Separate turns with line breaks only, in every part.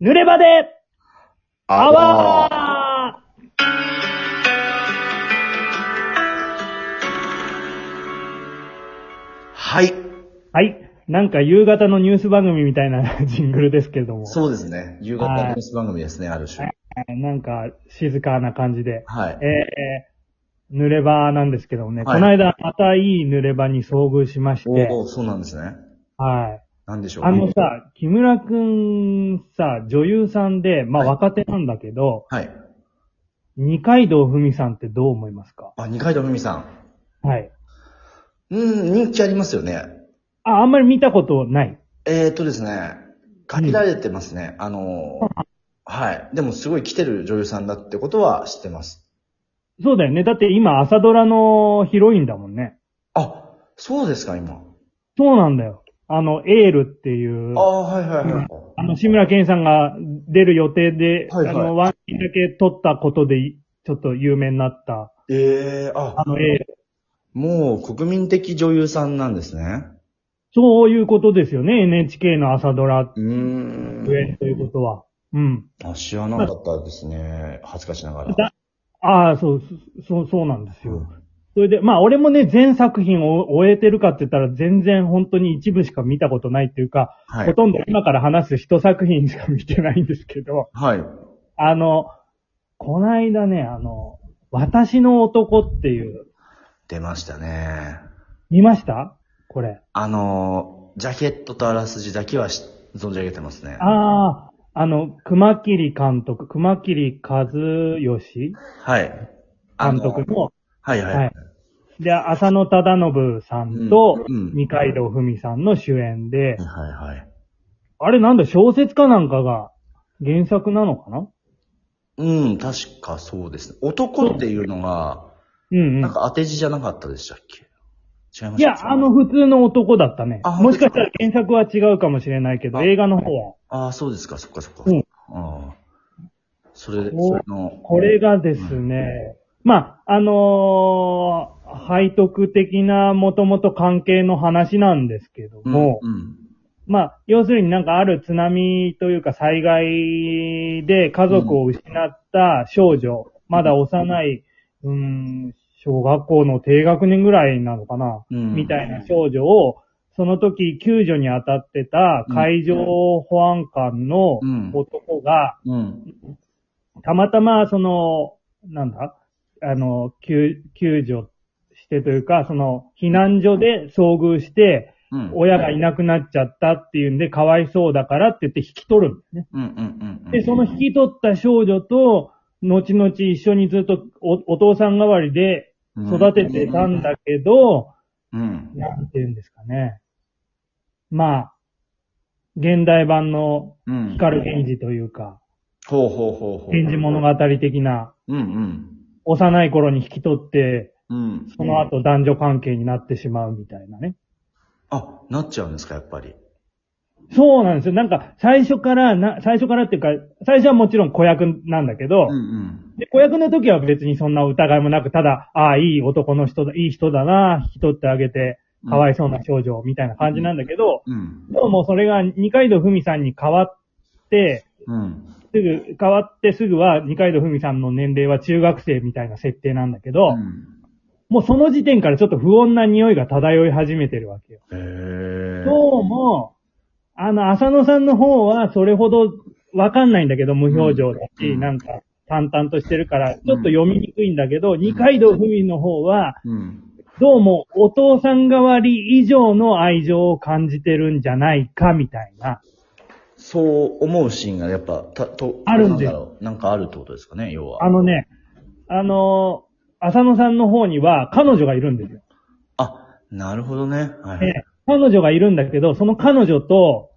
濡れ場で、
あ
ア
わー
ワー
はい。
はい。なんか夕方のニュース番組みたいな ジングルですけれども。
そうですね。夕方ニュース番組ですね、ある種。
なんか静かな感じで。
はい。
えー、濡れ場なんですけどもね。
はい
この間またいい濡れ場に遭遇しまして。
おお、そうなんですね。
はい。
なんでしょう。
あの。さ、木村くんさ、女優さんで、まあ
はい
若手なんだけど、
はい。
二階堂ふみさんってどう思いますか
あ、二階堂ふみさん。
はい。
うん、人気ありますよね。
あ、あんまり見たことない。
えーっとですね。限られてますね。あのー、はい。でもすごい来てる女優さんだってことは知ってます。
そうだよね。だって今朝ドラのヒロインだもんね。
あ、そうですか、今。
そうなんだよ。あの、エールっていう、
あ
あ
あ、はいはいはい。
の、志村けんさんが出る予定で、
はいはい
あの、ワンシーンだけ撮ったことでい、ちょっと有名になった、
ええー、あ
あ、の、エール。
もう国民的女優さんなんですね。
そういうことですよね。NHK の朝ドラ
うーん。
上演ということは。うん。
あ、知らなかったですね。恥ずかしながら。
だああ、そう、そう、そうなんです
う
よ。
ん
それで、まあ、俺もね、全作品を終えてるかって言ったら、全然本当に一部しか見たことないっていうか、
は
ほ
い。
とんど今から話す一作品しか見てないんですけど、
はい。
あの、こないだね、あの、私の男っていう、
出ましたね。
見ましたこれ。
あのー、ジャケットとあらすじだけはし存じ上げてますね。
ああ、あの、熊切監督、熊切和義
はい。あの
監督の、
はいはい。
はいで、浅野忠信さんと、
うんうん
二階堂ふみさんの主演で、
はいはい。
あれなんだ、小説家なんかが原作なのかな
うん、確かそうですね。男っていうのが、
うんう
なん
ん。
か当て字じゃなかったでしたっけ違いました
いや、あの、、普通の男だったね
あ。
もしかしたら原作は違うかもしれないけど、
あ
映画の方は。
ああ、そうですか、そっかそっか。
うん
ああ。それで、
お
それの。
これがですね、まあ、あのー背徳的なもともと関係の話なんですけど
うん、
も、
うん。
まあ、要するになんかある津波というか災害で家族を失った少女、まだ幼い、うん、小学校の低学年ぐらいなのかな、
うん
みたいな少女を、その時救助に当たってた海上保安官の
うん
男が、
うん。
たまたま、その、なんだ、あの、救、救助してというか、その、避難所で遭遇して、
うん。
親がいなくなっちゃったっていうんで、かわいそうだからって言って引き取るんですね。
うんうんうんうん。
で、その引き取った少女と、後々一緒にずっとおお父さん代わりで育ててたんだけど、
うん。
なんて言うんですかね。まあ、現代版の
うん。
光源氏というか、
ほうほうほうほう。
源氏物語的な
うんうん。
幼い頃に引き取って、
うん。
その後男女関係になってしまうみたいなね。
あ、なっちゃうんですか、やっぱり。
そうなんですよ。なんか、最初からな、最初からっていうか、最初はもちろん子役なんだけど、
うんうん。
で子役の時は別にそんな疑いもなく、ただ、ああ、いい男の人だ、いい人だな、引き取ってあげて、かわいそうな少女みたいな感じなんだけど、
うん。
どうもそれが二階堂ふみさんに変わって、
うん。
すぐ、変わってすぐは二階堂ふみさんの年齢は中学生みたいな設定なんだけど、
うん。
もうその時点からちょっと不穏な匂いが漂い始めてるわけよ。
へえ。
どうも、あの、浅野さんの方はそれほどわかんないんだけど、無表情だし、
うん
なんか淡々としてるから、ちょっと読みにくいんだけど、二階堂ふみの方は、
うん。
どうもお父さん代わり以上の愛情を感じてるんじゃないか、みたいな。
そう思うシーンがやっぱ、た、と、
あるんで
なんだろうなんかあるってことですかね、要は。
あのね、あの浅野さんの方には彼女がいるんですよ。
あ、なるほどね。はいはい。
で彼女がいるんだけど、その彼女と、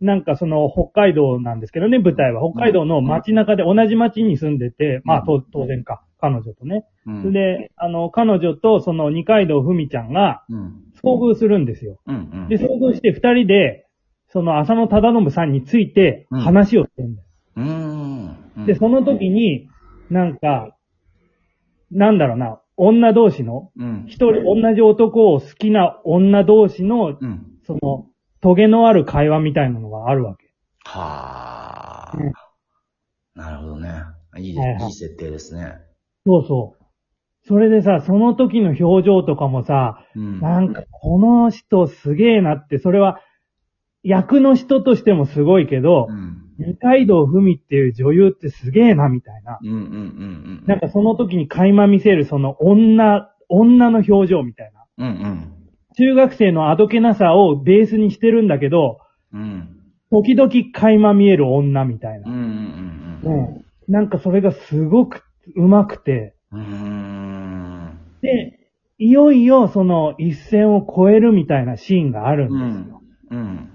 なんかその北海道なんですけどね、舞台は。北海道の街中で同じ街に住んでて、まあと当然か、彼女とね。
うん。
で、あの、彼女とその二階堂ふみちゃんが
うん。
遭遇するんですよ。
うんうん。
で、遭遇して二人で、その浅野忠信さんについて
うん
話をするんです。
うーん。うん
で、その時に、なんか、なんだろうな、女同士の、
うん。
一人同じ男を好きな女同士の
うん。
その、トゲのある会話みたいなのがあるわけ。
はあ
うん
なるほどね。いい、
はいはい
いい設定ですね。
そうそう。それでさ、その時の表情とかもさ、
うん。
なんかこの人すげえなって、それは役の人としてもすごいけど
う、ん。
二階堂ふみっていう女優ってすげえなみたいな。
うんうんうんうん。
なんかその時に垣間見せるその女、女の表情みたいな。
うんうん。
中学生のあどけなさをベースにしてるんだけど、
うん。
時々垣間見える女みたい
うんう
な。
んうんうん。
うん。なんかそれがすごく上手くて。
うーん。
で、いよいよその一線を越えるみたいなシーンがあるん
う
です
ん
よ。。
うん。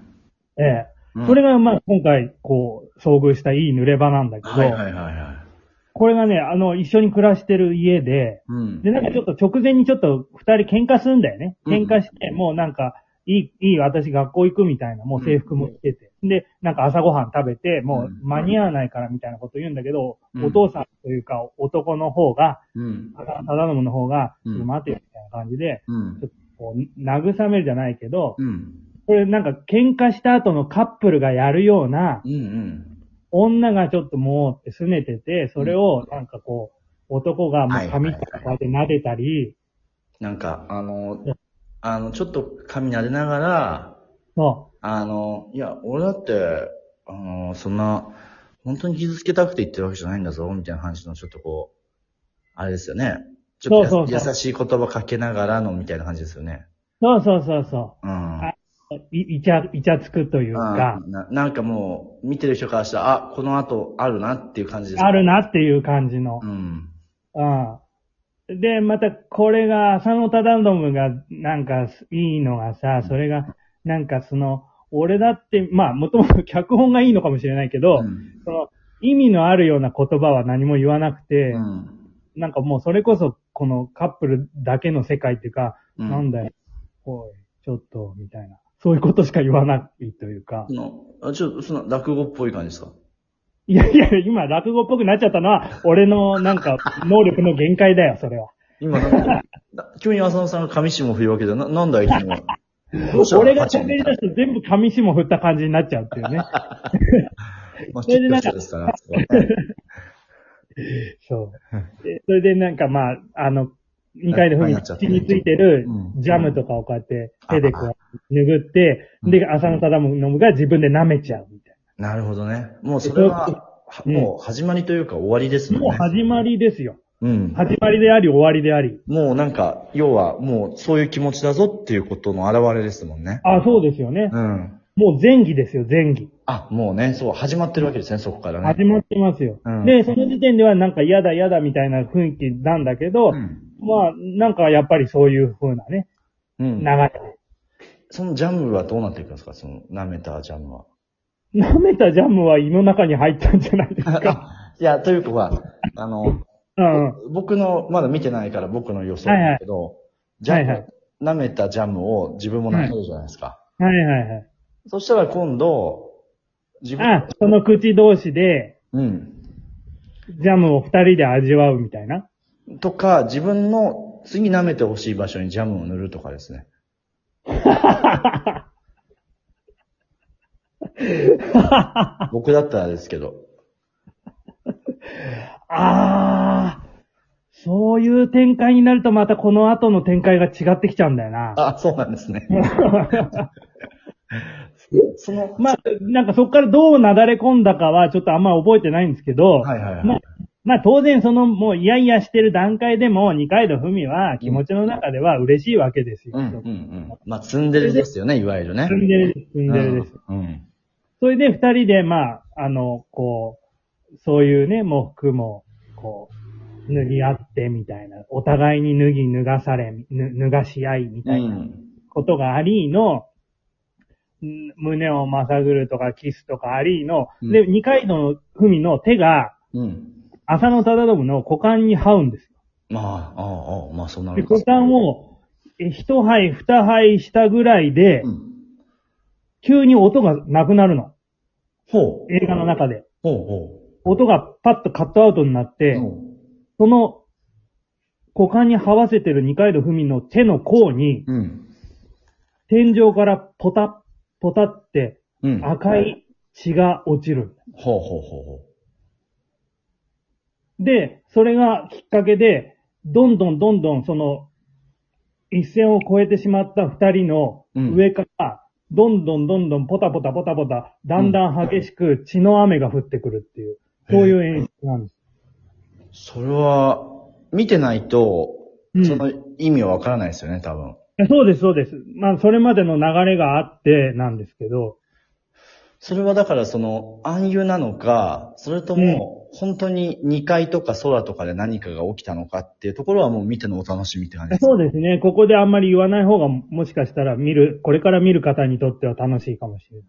ええ。
うん
それがまあ今回こう遭遇したいい濡れ場なんだけど、
はいはいはいはい。
これがね、あの一緒に暮らしてる家で、
うん。
で、なんかちょっと直前にちょっと二人喧嘩するんだよね。
う
喧
ん
嘩して、もうなんか、いい、いい、私学校行くみたいな、もう制服も着てて。で、なんか朝ごはん食べて、もう間に合わないからみたいなこと言うんだけど、
うん
お父さんというか男の方が、
うん。
忠信の方が、ち
うん
ょっと待てよみたいな感じで、
うん
ちょっ。とこう、慰めるじゃないけど、
うん。
これなんか喧嘩した後のカップルがやるような、
うんうん。
女がちょっともうって拗ねてて、それをなんかこう、男がもう髪とかで撫でたり、
なんか、あの
うん、
あの、ちょっと髪撫でながら、
そ
あの、いや、俺だって、あの、そんな、本当に傷つけたくて言ってるわけじゃないんだぞ、みたいな話の、ちょっとこう、あれですよね。ちょっとや
そうそうそう
優しい言葉かけながらの、みたいな感じですよね。
う。そうそうそうそ
うん。
あう。い、いちゃ、いちゃつくというか
う、んななんかもう、見てる人からしたら、あ、この後あるなっていう感じです。
ある。なっていう感じの
う。ん。
うん。で、またこれが、浅野忠信がなんかいいのがさ、それが、なんかその、俺だって、まあ、もともと脚本がいいのかもしれないけど、
うん。
その、意味のあるような言葉は何も言わなくて、
うん。
なんかもうそれこそ、このカップルだけの世界っていうか、
うん
なんだよ、おい、ちょっと、みたいな。そういうことしか言わないというか
そ。の、あちょっと、その、落語っぽい感じですか
いやいや、今落語っぽくなっちゃったのは、俺のなんか、能力の限界だよ、それ は。
今なんか、な急に浅野さんが上下振るわけじゃな、なんだ い、君は。どうしたの
俺が
パチン
喋り出すと全部紙下振った感じになっちゃうっていうね。
まあ、
それでなんか
切った人ですから。
そう。でそれでなんかまあ、あの、二階でふみ
なっちゃった
口についてる
うん
ジャムとかをこうやって手でこう拭って、で、浅野忠信が自分で舐めちゃうみたい
なるほどね。もうそれは、は
うん
もう始まりというか終わりです
な。も
も
うん
ね。
始まりですよ。
うん。
始まりであり終わりであり。
もうなんか、要はもうそういう気持ちだぞっていうことの表れですもんね。
あ、そうですよね。
うん。
もう前儀ですよ、前儀。
あ、もうね、そう、始まってるわけですね、そこからね。
始まってますよ
う。ん
で、その時点ではなんか嫌だ嫌だみたいな雰囲気なんだけど、
うん。
まあ、なんかやっぱりそういう風なね、
うん
流。れ。
そのジャムはどうなっていくんですかその舐めたジャムは。
舐めたジャムは胃の中に入ったんじゃないです か。
あいや、というかは、あの、
うん。
僕の、まだ見てないから僕の予想だけど、ジャム、
はいはい
舐めたジャムを自分も舐めるじゃないですか。
はいはいはい。
そしたら今度、自分
あ、、その口同士で、
うん。
ジャムを二人で味わうみたいな。
とか、自分の次舐めてほしい場所にジャムを塗るとかで すね。僕だったらですけど。
あー、そういう展開になるとまたこの後の展開が違ってきちゃうんだよな。
あ、そうなんですね。 その、
まあ、なんかそこからどうなだれ込んだかはちょっとあんま覚えてないんですけど、
はいはいはい。
まあ、まあ当然そのもうイヤイヤしてる段階でも二階堂ふみは気持ちの中では嬉しいわけですよ。
うんうんうん。まあ、ツンデレですよね、いわゆるね。
ツンデレです、ツンデレです。
うん。
それで二人で、まあ、あの、こう、そういうね、もう服も、こう、脱ぎ合ってみたいな、お互いに脱ぎ脱がされ、ぬ脱がし合いみ
うん。う
たいなんことがありの、ん胸をまさぐるとかキスとかありの、
うん
で、二階堂の文の手が、
うん。
浅野忠信の股間に這うんですよ。
まあ、ああ、ああ、まあ、そうな
で
るか
股間を、え一杯二杯したぐらいで
う、ん。
急に音がなくなるの。
ほう。
映画の中で。
ほうほ
音がパッとカットアウトになっ
う。
て、その、股間に這わせてる二階堂ふみの手の甲に、
うん。
天井からポタッ、ポタって
うん。
赤い血が落ちる。
ほうほうほうほう。
で、それがきっかけで、どんどんどんどんその、一線を越えてしまった二人の
うん
上から、どんどんどんどんポタポタポタポタ、だんだん激しく血の雨が降ってくるっていう、そういう演出なんです。
それは、見てないと、
うん
その意味はわからないですよね、多分。
そうです、そうです。まあ、それまでの流れがあってなんですけど、
それはだからその暗湯なのか、それとも本当に2階とか空とかで何かが起きたのかっていうところはもう見てのお楽しみって感じです。
そうですね。ここであんまり言わない方が、もしかしたら見る、これから見る方にとっては楽しいかもしれない。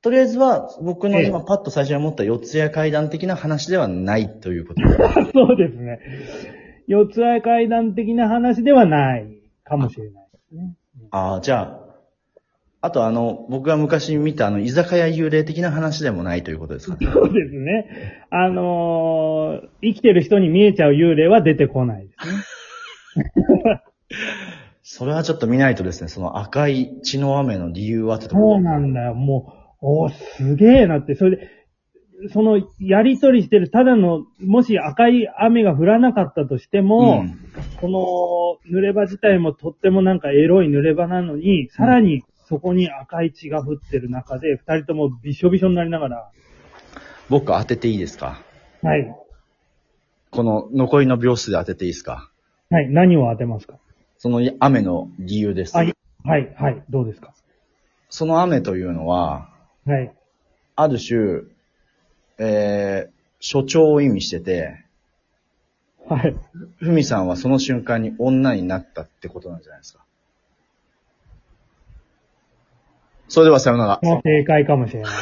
とりあえずは僕の
ええ
今パッと最初に思った四ツ谷階段的な話ではないということです。
そうですね。四つ合い階段的な話ではないかもしれないですね。
ああ、じゃあ、あとあの、僕が昔見たあの居酒屋幽霊的な話でもないということですかね。
そうですね。あのー生きてる人に見えちゃう幽霊は出てこないですね。
それはちょっと見ないとですね、その赤い血の雨の理由はってところ
そうなんだよ。もう、おーすげえなって。それで、その、やりとりしてる、ただの、もし赤い雨が降らなかったとしても、
うん
この、濡れ場自体もとってもなんかエロい濡れ場なのに、さらにそこに赤い血が降ってる中で、二人ともびしょびしょになりながら、
僕当てていいですか
はい。
この残りの秒数で当てていいですか
はい。何を当てますか
その雨の理由です。
はい。はい。はい。どうですか
その雨というのは、
はい。
ある種、えー、所長を意味してて、
はい。
ふみさんはその瞬間に女になったってことなんじゃないですか。それではさようなら。
もう正解かもしれない。